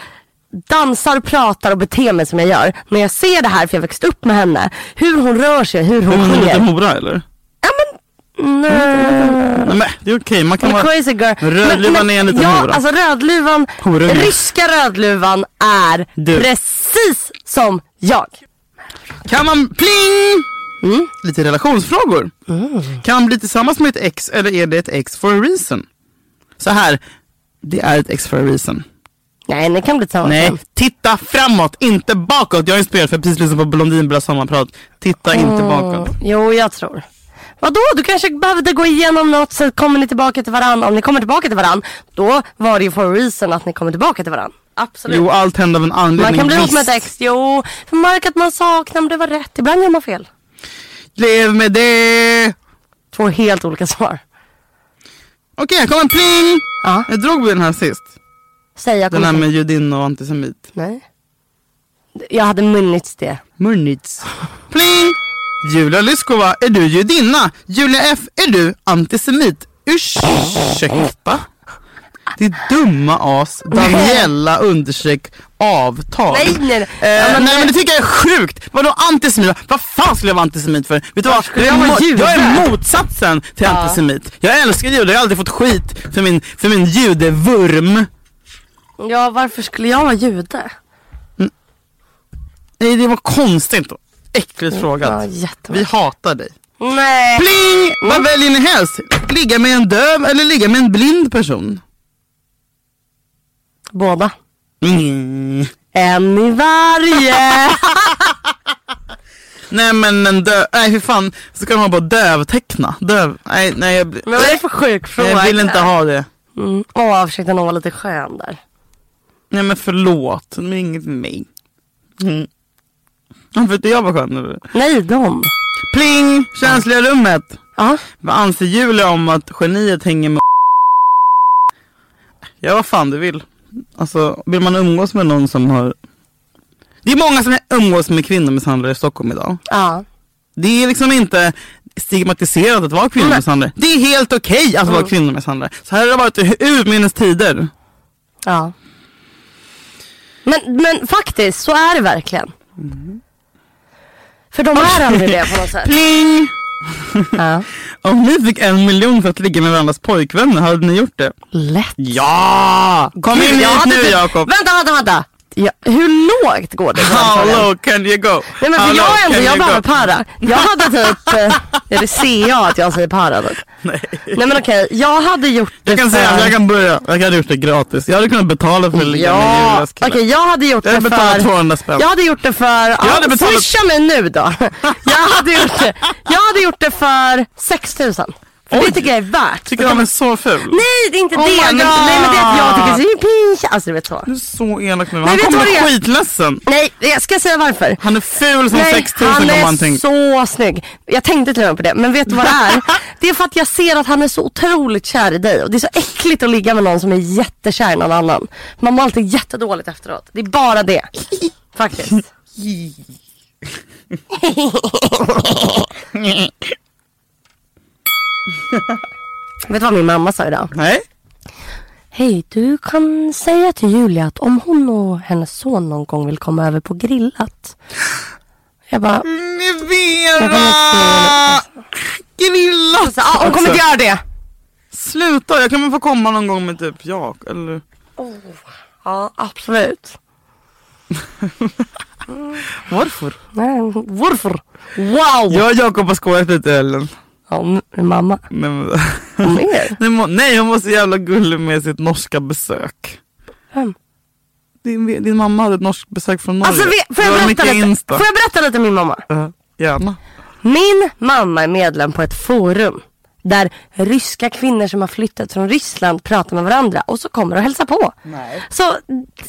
Speaker 1: dansar, pratar och beter mig som jag gör. När jag ser det här, för jag växte upp med henne. Hur hon rör sig, hur hon
Speaker 2: Hon är lite Mm.
Speaker 1: sjunger.
Speaker 2: hora eller?
Speaker 1: Ja men, nej.
Speaker 2: Nej, men det är okej, man kan
Speaker 1: Men
Speaker 2: vara...
Speaker 1: crazy girl. Men-
Speaker 2: Rödluvan
Speaker 1: men-
Speaker 2: är en liten
Speaker 1: ja,
Speaker 2: hora.
Speaker 1: Alltså rödluvan,
Speaker 2: Horunge.
Speaker 1: ryska rödluvan är
Speaker 2: Du.
Speaker 1: precis som jag.
Speaker 2: Kan man... Pling!
Speaker 1: Mm.
Speaker 2: Lite relationsfrågor.
Speaker 1: Oh.
Speaker 2: Kan man bli tillsammans med ett ex eller är det ett ex for a reason? Så här, det är ett ex for a reason.
Speaker 1: Nej, ni kan bli tillsammans.
Speaker 2: Nej,
Speaker 1: sen.
Speaker 2: titta framåt, inte bakåt. Jag är inspirerad för jag har precis lyssnat på Blondinbella sommarprat. Titta inte bakåt.
Speaker 1: Jo, jag tror. Vadå? Du kanske behövde gå igenom något så kommer ni tillbaka till varann. Om ni kommer tillbaka till varann, då var det ju for a reason att ni kommer tillbaka till varann. Absolut.
Speaker 2: Jo, allt händer av en anledning.
Speaker 1: man kan bli ihop med ett
Speaker 2: visst.
Speaker 1: ex, jo. För märk att man saknar, men det var rätt. Ibland gör man fel.
Speaker 2: Lev med det!
Speaker 1: Två helt olika svar.
Speaker 2: Okej, här kommer en pling!
Speaker 1: Ja.
Speaker 2: Jag drog den här sist.
Speaker 1: Säg jag
Speaker 2: Den
Speaker 1: kommer
Speaker 2: här med
Speaker 1: inte-
Speaker 2: judin och antisemit.
Speaker 1: Nej. Jag hade munnits det.
Speaker 2: Murnitz. Pling! Julia Lyskova, är du judinna? Julia F, är du antisemit? Ursäkta? Det dumma as Daniela understreck avtal.
Speaker 1: Nej, nej, nej.
Speaker 2: Eh,
Speaker 1: Ja, men
Speaker 2: nej
Speaker 1: det-
Speaker 2: men det tycker jag är sjukt. Vadå antisemit? Vad fan skulle jag vara antisemit för? Vet du vad?
Speaker 1: skulle
Speaker 2: Jag är,
Speaker 1: jag vara
Speaker 2: mo- jag är
Speaker 1: jude?
Speaker 2: motsatsen till antisemit. Jag älskar judar, jag har alltid fått skit för min, för min judevurm.
Speaker 1: Ja, varför skulle jag vara jude?
Speaker 2: Nej det var konstigt. Äckligt
Speaker 1: Ja,
Speaker 2: frågat. Vi
Speaker 1: jättemycket.
Speaker 2: hatar dig.
Speaker 1: Nej. Mm.
Speaker 2: Pling! Vad väljer ni helst? Ligga med en döv eller ligga med en blind person?
Speaker 1: Båda.
Speaker 2: Mm.
Speaker 1: En i varje.
Speaker 2: Nej men en döv, nej hur fan, så kan man bara dövteckna. Döv, nej nej jag, blir-
Speaker 1: Men vad är det för sjuk fråga?
Speaker 2: jag vill inte ha det.
Speaker 1: Mm. Åh, försökte någon vara lite skön där.
Speaker 2: Nej men förlåt, men inget med mig. Mm. Varför inte jag var skön eller?
Speaker 1: Nej, de.
Speaker 2: Pling! Känsliga rummet.
Speaker 1: Ja.
Speaker 2: Vad anser Julia om att geniet hänger med Ja vad fan du vill. Alltså vill man umgås med någon som har Det är många som umgås med kvinnomisshandlare i Stockholm idag.
Speaker 1: Ja.
Speaker 2: Det är liksom inte stigmatiserat att vara kvinnomisshandlare. Det är helt okej att
Speaker 1: Mm.
Speaker 2: vara kvinnomisshandlare. Så här har det varit i urminnes tider.
Speaker 1: Ja. Men, men faktiskt, så är det verkligen. För de är aldrig det på något sätt.
Speaker 2: Pling!
Speaker 1: Ja.
Speaker 2: Om ni fick en miljon för att ligga med varandras pojkvänner, hade ni gjort det?
Speaker 1: Lätt.
Speaker 2: Ja! Kom in
Speaker 1: Gud, jag
Speaker 2: hit
Speaker 1: hade
Speaker 2: nu
Speaker 1: typ-
Speaker 2: Jakob.
Speaker 1: Vänta, vänta, vänta. Ja, hur lågt går det? på den
Speaker 2: How
Speaker 1: frågan?
Speaker 2: low can you go?
Speaker 1: Nej men
Speaker 2: How
Speaker 1: för
Speaker 2: low
Speaker 1: jag är ändå,
Speaker 2: can
Speaker 1: jag
Speaker 2: you
Speaker 1: bara
Speaker 2: go?
Speaker 1: para. Jag hade typ, eh, ja det ser jag att jag säger para då. Nej. Nej men okej, jag hade gjort det
Speaker 2: Jag kan
Speaker 1: för...
Speaker 2: säga att jag kan börja. Jag hade gjort det gratis. Jag hade kunnat betala för att ligga med
Speaker 1: Ja,
Speaker 2: Julias
Speaker 1: okej
Speaker 2: kille.
Speaker 1: jag hade gjort
Speaker 2: Jag hade
Speaker 1: det
Speaker 2: betalat
Speaker 1: för...
Speaker 2: 200 spänn.
Speaker 1: Jag hade gjort det för, jag
Speaker 2: hade betalat-
Speaker 1: swisha mig nu då. Jag hade gjort det, jag hade gjort det för 6000. För det
Speaker 2: Oj.
Speaker 1: tycker jag är värt.
Speaker 2: Tycker de är så ful?
Speaker 1: Nej det är inte
Speaker 2: Oh my
Speaker 1: det, men,
Speaker 2: God.
Speaker 1: nej men det är att jag tycker det är pinsamt. Alltså du vet så.
Speaker 2: Du är så elak nu. Han
Speaker 1: Nej, vet du
Speaker 2: kommer
Speaker 1: vad
Speaker 2: bli
Speaker 1: det är?
Speaker 2: skitledsen.
Speaker 1: Nej jag ska säga varför.
Speaker 2: Han är ful som 6000
Speaker 1: han
Speaker 2: kommer
Speaker 1: är
Speaker 2: han tänka.
Speaker 1: så snygg. Jag tänkte till och med på det, men vet du vad det är? Det är för att jag ser att han är så otroligt kär i dig och det är så äckligt att ligga med någon som är jättekär i någon annan. Man mår alltid jättedåligt efteråt. Det är bara det. Faktiskt. Vet du vad min mamma sa idag?
Speaker 2: Nej.
Speaker 1: Hej, du kan säga till Julia att om hon och hennes son någon gång vill komma över på grillat. Jag bara,
Speaker 2: Ni
Speaker 1: Jag kommer
Speaker 2: Vera!
Speaker 1: inte-
Speaker 2: Grillat!
Speaker 1: ah, hon kommer inte göra det.
Speaker 2: Alltså, Sluta, jag kan väl få komma någon gång med typ jag eller?
Speaker 1: Ja, absolut.
Speaker 2: Varför?
Speaker 1: Nej, varför? Wow!
Speaker 2: Jag och Jakob har skojat lite i helgen.
Speaker 1: Ja, nu- nu mamma.
Speaker 2: Nej, men-
Speaker 1: Mer?
Speaker 2: Nej, må- Nej hon var så jävla gullig med sitt norska besök.
Speaker 1: Vem?
Speaker 2: Din, din mamma hade ett norskt besök från Norge.
Speaker 1: Alltså, vi- får,
Speaker 2: Det var
Speaker 1: jag
Speaker 2: mycket
Speaker 1: berätta lite,
Speaker 2: Insta.
Speaker 1: får jag berätta lite om min mamma?
Speaker 2: Ja, Gärna.
Speaker 1: Min mamma är medlem på ett forum där ryska kvinnor som har flyttat från Ryssland pratar med varandra och så kommer och hälsar på. Så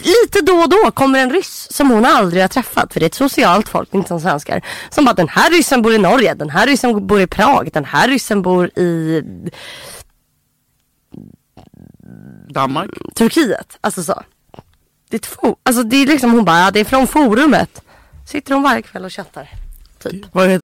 Speaker 1: lite då och då kommer en ryss som hon aldrig har träffat för det är ett socialt folk, inte som svenskar. Som bara den här ryssen bor i Norge, den här ryssen bor i Prag, den här ryssen bor i
Speaker 2: Danmark.
Speaker 1: typ. Turkiet. Alltså så. Det är, två, alltså det är liksom hon bara, ja, det är från forumet. Sitter hon varje kväll och chattar.
Speaker 2: Vad heter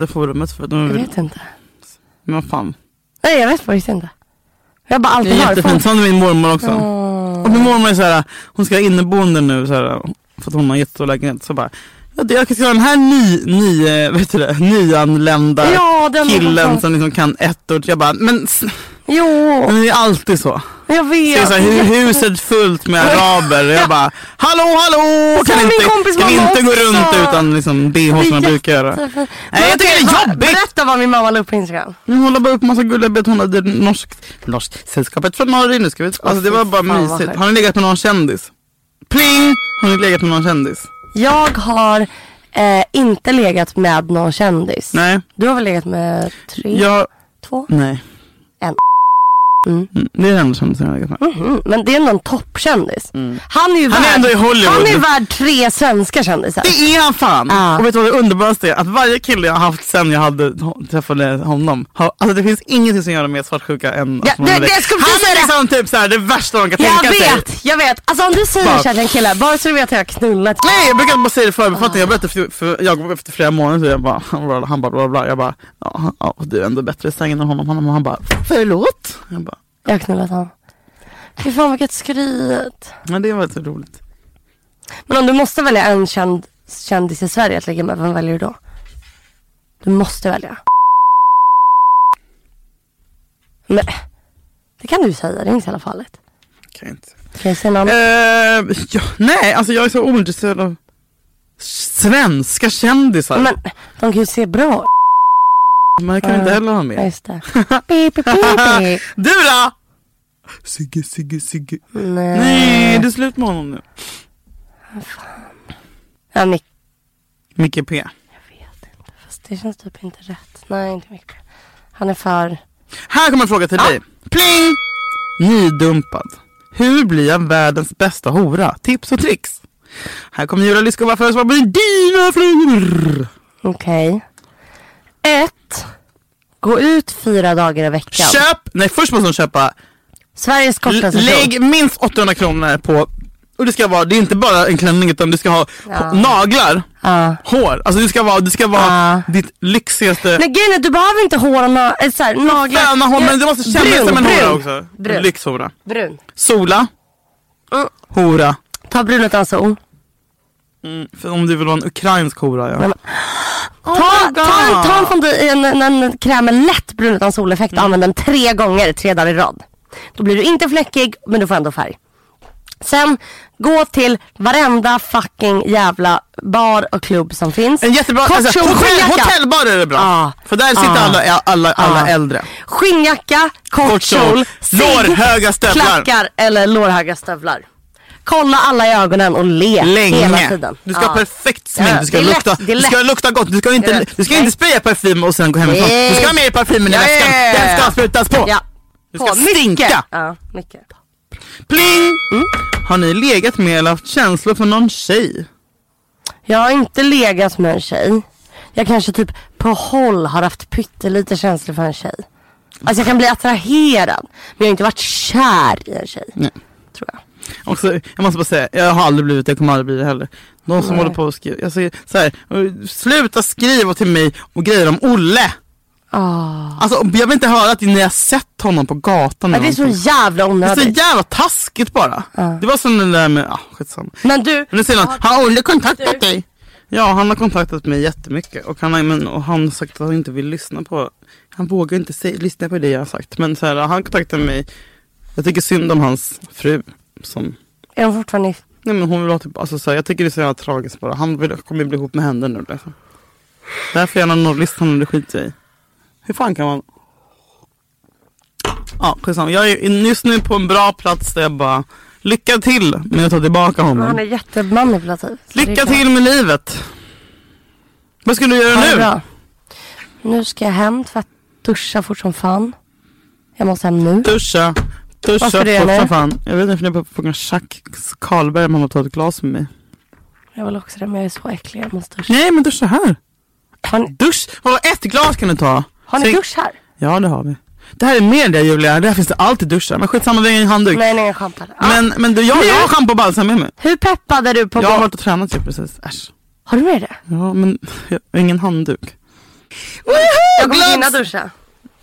Speaker 2: det forumet för? De
Speaker 1: Jag
Speaker 2: vill...
Speaker 1: vet inte.
Speaker 2: Men vad fan.
Speaker 1: Nej jag vet faktiskt inte. Jag bara
Speaker 2: Det
Speaker 1: alltid
Speaker 2: är
Speaker 1: har
Speaker 2: jättefint.
Speaker 1: folk.
Speaker 2: Så hade min mormor också. Och min mormor är så här, hon ska ha inneboende nu så här, för att hon har en jättestor lägenhet. Så bara, "Ja, det- jag ska ha den här ny, ny, eh, vet du det, nyanlända
Speaker 1: Ja, den
Speaker 2: killen som liksom kan ett ord. Jag bara, men s-
Speaker 1: Jo,
Speaker 2: hon är alltid så.
Speaker 1: jag
Speaker 2: Det är
Speaker 1: vet.
Speaker 2: så här, hu- huset fullt med araber. Jag bara, hallå hallå!
Speaker 1: Så
Speaker 2: Kan
Speaker 1: är min
Speaker 2: inte,
Speaker 1: kompis
Speaker 2: kan
Speaker 1: mamma
Speaker 2: inte gå
Speaker 1: också.
Speaker 2: runt utan liksom bh som jag
Speaker 1: Det är
Speaker 2: brukar göra.
Speaker 1: jättefint.
Speaker 2: Nej, jag tycker det
Speaker 1: Okej,
Speaker 2: är
Speaker 1: vad-
Speaker 2: jobbigt.
Speaker 1: Berätta vad min mamma la upp på Instagram.
Speaker 2: Nu håller bara upp massa gulliga bet. Hon hade norskt, norskt sällskapet från Norge. Nu ska vi, alltså det var bara
Speaker 1: fy fan, vad
Speaker 2: mysigt.
Speaker 1: härligt.
Speaker 2: Har ni legat med någon kändis? Pling! Har ni legat med någon kändis?
Speaker 1: Jag har eh, inte legat med någon kändis.
Speaker 2: Nej.
Speaker 1: Du har väl legat med tre,
Speaker 2: Jag,
Speaker 1: två?
Speaker 2: nej.
Speaker 1: En.
Speaker 2: Mm. Det är den enda kändisen jag har legat med.
Speaker 1: Mm, men det är någon toppkändis. Han är ju
Speaker 2: Mm. Han är
Speaker 1: värd,
Speaker 2: ändå i Hollywood.
Speaker 1: Han är värd tre svenska kändisar.
Speaker 2: Det är han fan!
Speaker 1: Ja.
Speaker 2: Och vet du vad det underbaraste är? Att varje kille jag har haft sen jag hade, träffade honom, har, alltså det finns ingenting som gör mig mer svartsjuka än
Speaker 1: Ja,
Speaker 2: att man
Speaker 1: det-
Speaker 2: är
Speaker 1: det- jag skulle
Speaker 2: Han
Speaker 1: precis
Speaker 2: är
Speaker 1: säga det.
Speaker 2: liksom typ såhär det värsta man kan
Speaker 1: Jag
Speaker 2: tänka sig.
Speaker 1: vet, jag vet. Alltså om du säger
Speaker 2: Bara-
Speaker 1: så här till en kille, bara så du vet att jag har knullat.
Speaker 2: Nej jag brukar bara säga det i förbifarten.
Speaker 1: Ah.
Speaker 2: Jag berättade för, för Jakob efter flera månader. Jag bara, han bara, han bara bla bla. Jag bara, ja, han- ja du är ändå bättre i sängen än honom. Han, han bara, förlåt? Jag bara,
Speaker 1: Jag har knullat honom. Fy fan vilket skryt.
Speaker 2: men det var inte roligt.
Speaker 1: Men om du måste välja en känd, kändis i Sverige att ligga med, vem väljer du då? Du måste välja. Men, det kan du säga, det är inte så jävla farligt.
Speaker 2: Kan jag inte.
Speaker 1: Kan jag säga någon?
Speaker 2: Eh, ja, nej, alltså jag är så ointresserad av svenska kändisar.
Speaker 1: Men Ah. de kan ju se bra
Speaker 2: Man kan inte heller ha med.
Speaker 1: Ja, just det. Beep, beep, beep, beep.
Speaker 2: Du då? Sigge, Sigge, Sigge.
Speaker 1: Nej.
Speaker 2: Nej, det är slut med honom nu.
Speaker 1: Ja, Nick.
Speaker 2: Micke P.
Speaker 1: Fast det känns typ inte rätt. Nej, inte mycket. Han är för...
Speaker 2: Här kommer en fråga till dig. Pling! Nydumpad. Hur blir jag världens bästa hora? Tips och tricks. Här kommer Julia Lyskova för att svara på dina frågor.
Speaker 1: Okej. Ett. Gå ut fyra dagar i veckan.
Speaker 2: Köp! Nej, först måste hon köpa.
Speaker 1: Sveriges kortaste kjol.
Speaker 2: L- lägg minst 800 kronor på och det ska vara, det är inte bara en klänning utan du ska ha
Speaker 1: Ja.
Speaker 2: naglar,
Speaker 1: Ja.
Speaker 2: hår. Alltså det ska vara, det ska vara ditt lyxigaste.
Speaker 1: Nej grejen är att du behöver inte hår och na- äh, så här, naglar.
Speaker 2: Sköna hår, men det måste kännas
Speaker 1: Brun,
Speaker 2: som en
Speaker 1: brun,
Speaker 2: hora också.
Speaker 1: Brun.
Speaker 2: Lyxhora.
Speaker 1: brun.
Speaker 2: Sola.
Speaker 1: Mm.
Speaker 2: Hora.
Speaker 1: Ta brun utan sol.
Speaker 2: För om du vill vara en ukrainsk hora ja.
Speaker 1: men-
Speaker 2: Oh
Speaker 1: ta, ta, en- ta en, fondi, en, en, en kräm med lätt brun utan soleffekt och använd den tre gånger, tre dagar i rad. Då blir du inte fläckig men du får ändå färg. Sen gå till varenda fucking jävla bar och klubb som finns.
Speaker 2: En jättebra,
Speaker 1: Kort
Speaker 2: alltså,
Speaker 1: kjol,
Speaker 2: hotell,
Speaker 1: skinnjacka.
Speaker 2: hotellbar är det bra.
Speaker 1: Ja.
Speaker 2: För där sitter
Speaker 1: Ja.
Speaker 2: alla, alla, alla
Speaker 1: Ja.
Speaker 2: äldre.
Speaker 1: Skinnjacka, kort,
Speaker 2: Kort kjol,
Speaker 1: kjol, cigg,
Speaker 2: lårhöga stövlar.
Speaker 1: klackar eller lårhöga stövlar. Kolla alla i ögonen och le hela
Speaker 2: Länge.
Speaker 1: tiden.
Speaker 2: Du ska ha
Speaker 1: Ja.
Speaker 2: perfekt smink,
Speaker 1: Ja,
Speaker 2: du ska,
Speaker 1: det är
Speaker 2: lukta,
Speaker 1: lätt, det är
Speaker 2: du ska
Speaker 1: lätt.
Speaker 2: lukta gott, du ska
Speaker 1: Det är
Speaker 2: inte,
Speaker 1: lätt.
Speaker 2: du ska inte spraya parfym och sen gå hemifrån.
Speaker 1: Nej.
Speaker 2: Du ska ha med parfymen i
Speaker 1: Ja,
Speaker 2: väskan,
Speaker 1: ja, ja, ja.
Speaker 2: den ska sprutas på.
Speaker 1: Ja.
Speaker 2: Du ska
Speaker 1: På, mycket.
Speaker 2: stinka.
Speaker 1: Ja, mycket.
Speaker 2: Pling!
Speaker 1: Mm.
Speaker 2: Har ni legat med eller haft känslor för någon tjej?
Speaker 1: Jag har inte legat med en tjej. Jag kanske typ på håll har haft pyttelite känslor för en tjej. Alltså jag kan bli attraherad. Men jag har inte varit kär i en tjej.
Speaker 2: Nej.
Speaker 1: Tror jag.
Speaker 2: Och så, jag måste bara säga, jag har aldrig blivit det, jag kommer aldrig bli det heller. De som
Speaker 1: Nej.
Speaker 2: håller på och skriver, jag säger så här, sluta skriva till mig och grejer om Olle.
Speaker 1: Ah.
Speaker 2: Alltså jag vill inte höra att ni har sett honom på gatan.
Speaker 1: Ja,
Speaker 2: eller
Speaker 1: det är så
Speaker 2: någonting.
Speaker 1: jävla
Speaker 2: det är så
Speaker 1: onödigt.
Speaker 2: jävla taskigt bara. Det var som den där med, ah, skitsamma.
Speaker 1: Men du.
Speaker 2: Men nu säger han, har Olle kontaktat dig? Ja, han har kontaktat mig jättemycket och han, har- men, och han har sagt att han inte vill lyssna på, han vågar inte se, lyssna på det jag har sagt. Men så här, han kontaktade mig, jag tycker synd om hans fru som
Speaker 1: Är hon fortfarande i-
Speaker 2: Nej men hon vill ha typ, alltså såhär, jag tycker det är så jävla tragiskt bara. Han vill, kommer bli ihop med henne nu liksom. Därför är han en nollistan och det skiter jag i. Hur fan kan man? Ja skitsamma, jag är just nu på en bra plats där jag bara, lycka till med att ta tillbaka
Speaker 1: Men Han
Speaker 2: honom.
Speaker 1: är jättemanipulativ. Så det
Speaker 2: Mm. Lycka
Speaker 1: kan-
Speaker 2: till med livet. Vad ska du göra
Speaker 1: Ha det
Speaker 2: nu?
Speaker 1: bra. Nu ska jag hem, tvätt, duscha fort som fan. Jag måste hem nu.
Speaker 2: Duscha. Duscha
Speaker 1: Varför det,
Speaker 2: fort
Speaker 1: eller?
Speaker 2: som fan. Jag vet inte, jag funderar på frågan Jack Karlberg om han har tagit ett glas med mig.
Speaker 1: Jag vill också det men jag är så äcklig. Jag måste duscha.
Speaker 2: Nej men duscha här.
Speaker 1: Har ni,
Speaker 2: Dusch, vadå ett glas kan du ta.
Speaker 1: har ni
Speaker 2: Sen-
Speaker 1: dusch här?
Speaker 2: Ja det har vi. Det här är media Julia, där finns det alltid duschar. Men skitsamma, det är en handduk.
Speaker 1: Nej, Ah. nej, jag skämtar. Ja.
Speaker 2: Men, men du, jag, jag har schampo och balsam med mig.
Speaker 1: Hur peppad är du på
Speaker 2: Jag
Speaker 1: att
Speaker 2: har
Speaker 1: gå?
Speaker 2: varit och tränat ju precis. Äsch.
Speaker 1: Har du med det?
Speaker 2: Ja men jag har ingen handduk.
Speaker 1: Jag kommer
Speaker 2: Glöms!
Speaker 1: hinna duscha.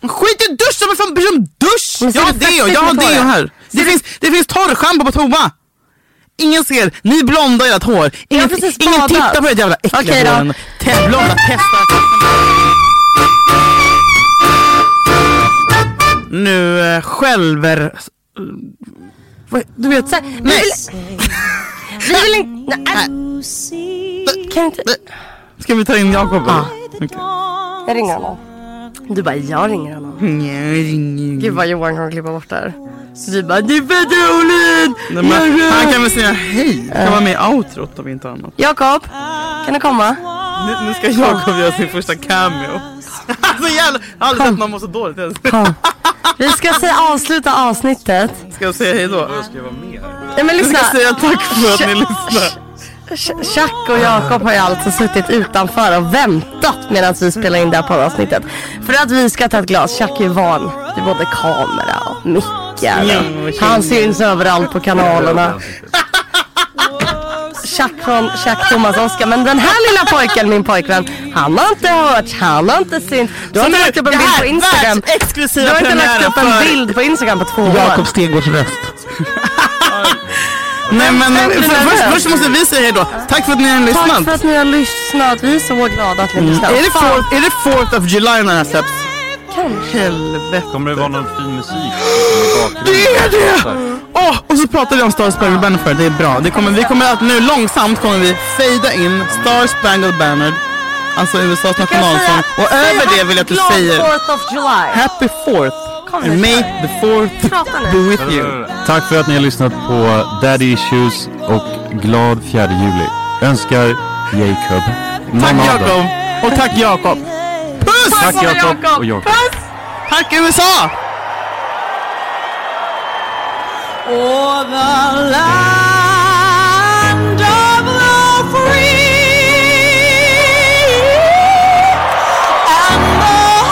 Speaker 2: Skit i dusch, som en fan som
Speaker 1: Men
Speaker 2: dusch!
Speaker 1: ser
Speaker 2: Jag har
Speaker 1: det
Speaker 2: deo,
Speaker 1: fettigt
Speaker 2: jag har
Speaker 1: med
Speaker 2: deo
Speaker 1: håret?
Speaker 2: här. Det finns, det finns torrschampo på toa. Ingen ser, ni blondar ert hår. Ingen,
Speaker 1: har precis
Speaker 2: ingen
Speaker 1: badat.
Speaker 2: tittar på ert jävla
Speaker 1: Okej då.
Speaker 2: äckliga hår. Te- Blonda testar. Nu eh, skälver... Vad- Du vet,
Speaker 1: Så här, vi vill... vi vill inte... Nej, äh. Kan inte...
Speaker 2: ska vi ta in Jakob?
Speaker 1: Ah.
Speaker 2: eller?
Speaker 1: Jag ringer honom. Du bara, jag ringer honom.
Speaker 2: Nej, ring-
Speaker 1: Gud vad Johan kommer klippa bort det här. Så du bara, du vet roligt!
Speaker 2: Nej, men Han kan väl säga hej? Kan vara med i outrot om inte annat.
Speaker 1: Jakob, kan du komma?
Speaker 2: Nu, nu ska Jakob göra sin första cameo. alltså jävlar, jag har aldrig sett någon må så dåligt ens.
Speaker 1: Kom. Vi ska säga avsluta avsnittet.
Speaker 2: Ska jag säga hejdå?
Speaker 1: Nej men
Speaker 2: Jag
Speaker 1: lyssna.
Speaker 2: ska säga tack för att ni lyssnar.
Speaker 1: Ch- Chuck och Jakob har ju alltså suttit utanför och väntat medan vi spelar in det här poddavsnittet. För att vi ska ta ett glas. Chuck är ju van vid både kamera och mickar. och- Han syns överallt på kanalerna. Chuck från Chuck Thomas Oskar. Men den här lilla pojken, min pojkvän, han har inte hört, han har inte synts. Du har inte lagt upp en bild på Instagram. Du
Speaker 2: exklusiva
Speaker 1: har inte lagt
Speaker 2: premiären
Speaker 1: upp en
Speaker 2: för
Speaker 1: bild på Instagram på två år.
Speaker 2: Stengårds röst. Nej men
Speaker 1: Jag blir
Speaker 2: för, först,
Speaker 1: nervös.
Speaker 2: först måste vi säga hejdå. Tack för att ni har
Speaker 1: Tack
Speaker 2: lyssnat.
Speaker 1: för att ni har lyssnat. Vi är så glada att ni har
Speaker 2: Mm.
Speaker 1: lyssnat.
Speaker 2: Är det
Speaker 1: Fan,
Speaker 2: fourth- Är det 4th of July när den här släpps?
Speaker 1: Kanske.
Speaker 2: Helvete.
Speaker 7: Kommer det vara någon fin musik?
Speaker 2: Det är det! Åh, och så pratade vi om Star Spangled Banner för det är bra. Det kommer, vi kommer att nu långsamt kommer vi fejda in Star Spangled Banner, alltså USAs nationalsång. Och över det vill jag att du
Speaker 1: glad
Speaker 2: säger
Speaker 1: 4th of July.
Speaker 2: Happy 4th and may the 4th
Speaker 1: Prata nu.
Speaker 2: be with you.
Speaker 7: Tack för att ni har lyssnat på Uh, Daddy Issues och glad 4 juli. Önskar Jacob.
Speaker 2: Tack
Speaker 7: Mamma
Speaker 2: Jakob! Och tack Jakob! Puss!
Speaker 7: Tack, Tack, Jakob. Jakob. Och Jakob.
Speaker 2: Puss! Tack USA!
Speaker 3: For the land of the free and the home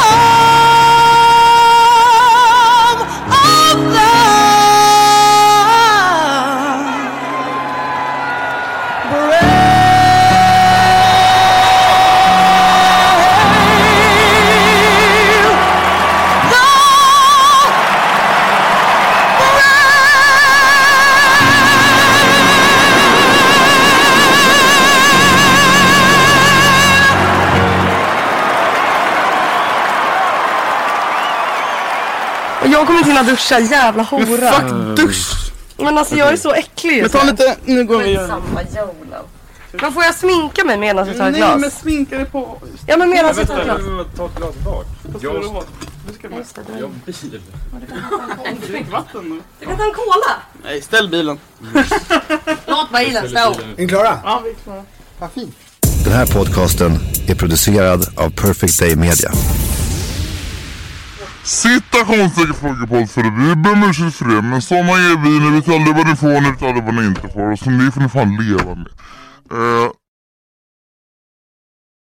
Speaker 3: of the brave. The
Speaker 1: Och Jag kommer inte hinna duscha, jävla hora.
Speaker 2: Men fuck dusch!
Speaker 1: Men alltså jag är så äcklig
Speaker 2: Men ta lite, nu går vi och
Speaker 1: alltså. Men får jag sminka mig medan jag tar ett
Speaker 2: Nej,
Speaker 1: glas?
Speaker 2: men sminka dig på.
Speaker 1: Ja men medan jag tar ett glas.
Speaker 7: Ta ett glas bak.
Speaker 2: Jag...
Speaker 7: Jag bil.
Speaker 2: Drick vatten nu.
Speaker 1: Du kan ta en cola.
Speaker 2: Nej, ställ bilen.
Speaker 1: Låt bilen stå.
Speaker 8: Är ni klara?
Speaker 2: Ja, vi är klara.
Speaker 8: Vad fint.
Speaker 9: Den här podcasten är producerad av Perfect Day Media.
Speaker 5: Citationstecken frågepodd för det. Vi ber om ursäkt för det. Men sådana grejer vi, ni vet aldrig vad ni får, ni vet aldrig vad ni inte får. Så ni får ni fan leva med. Eh,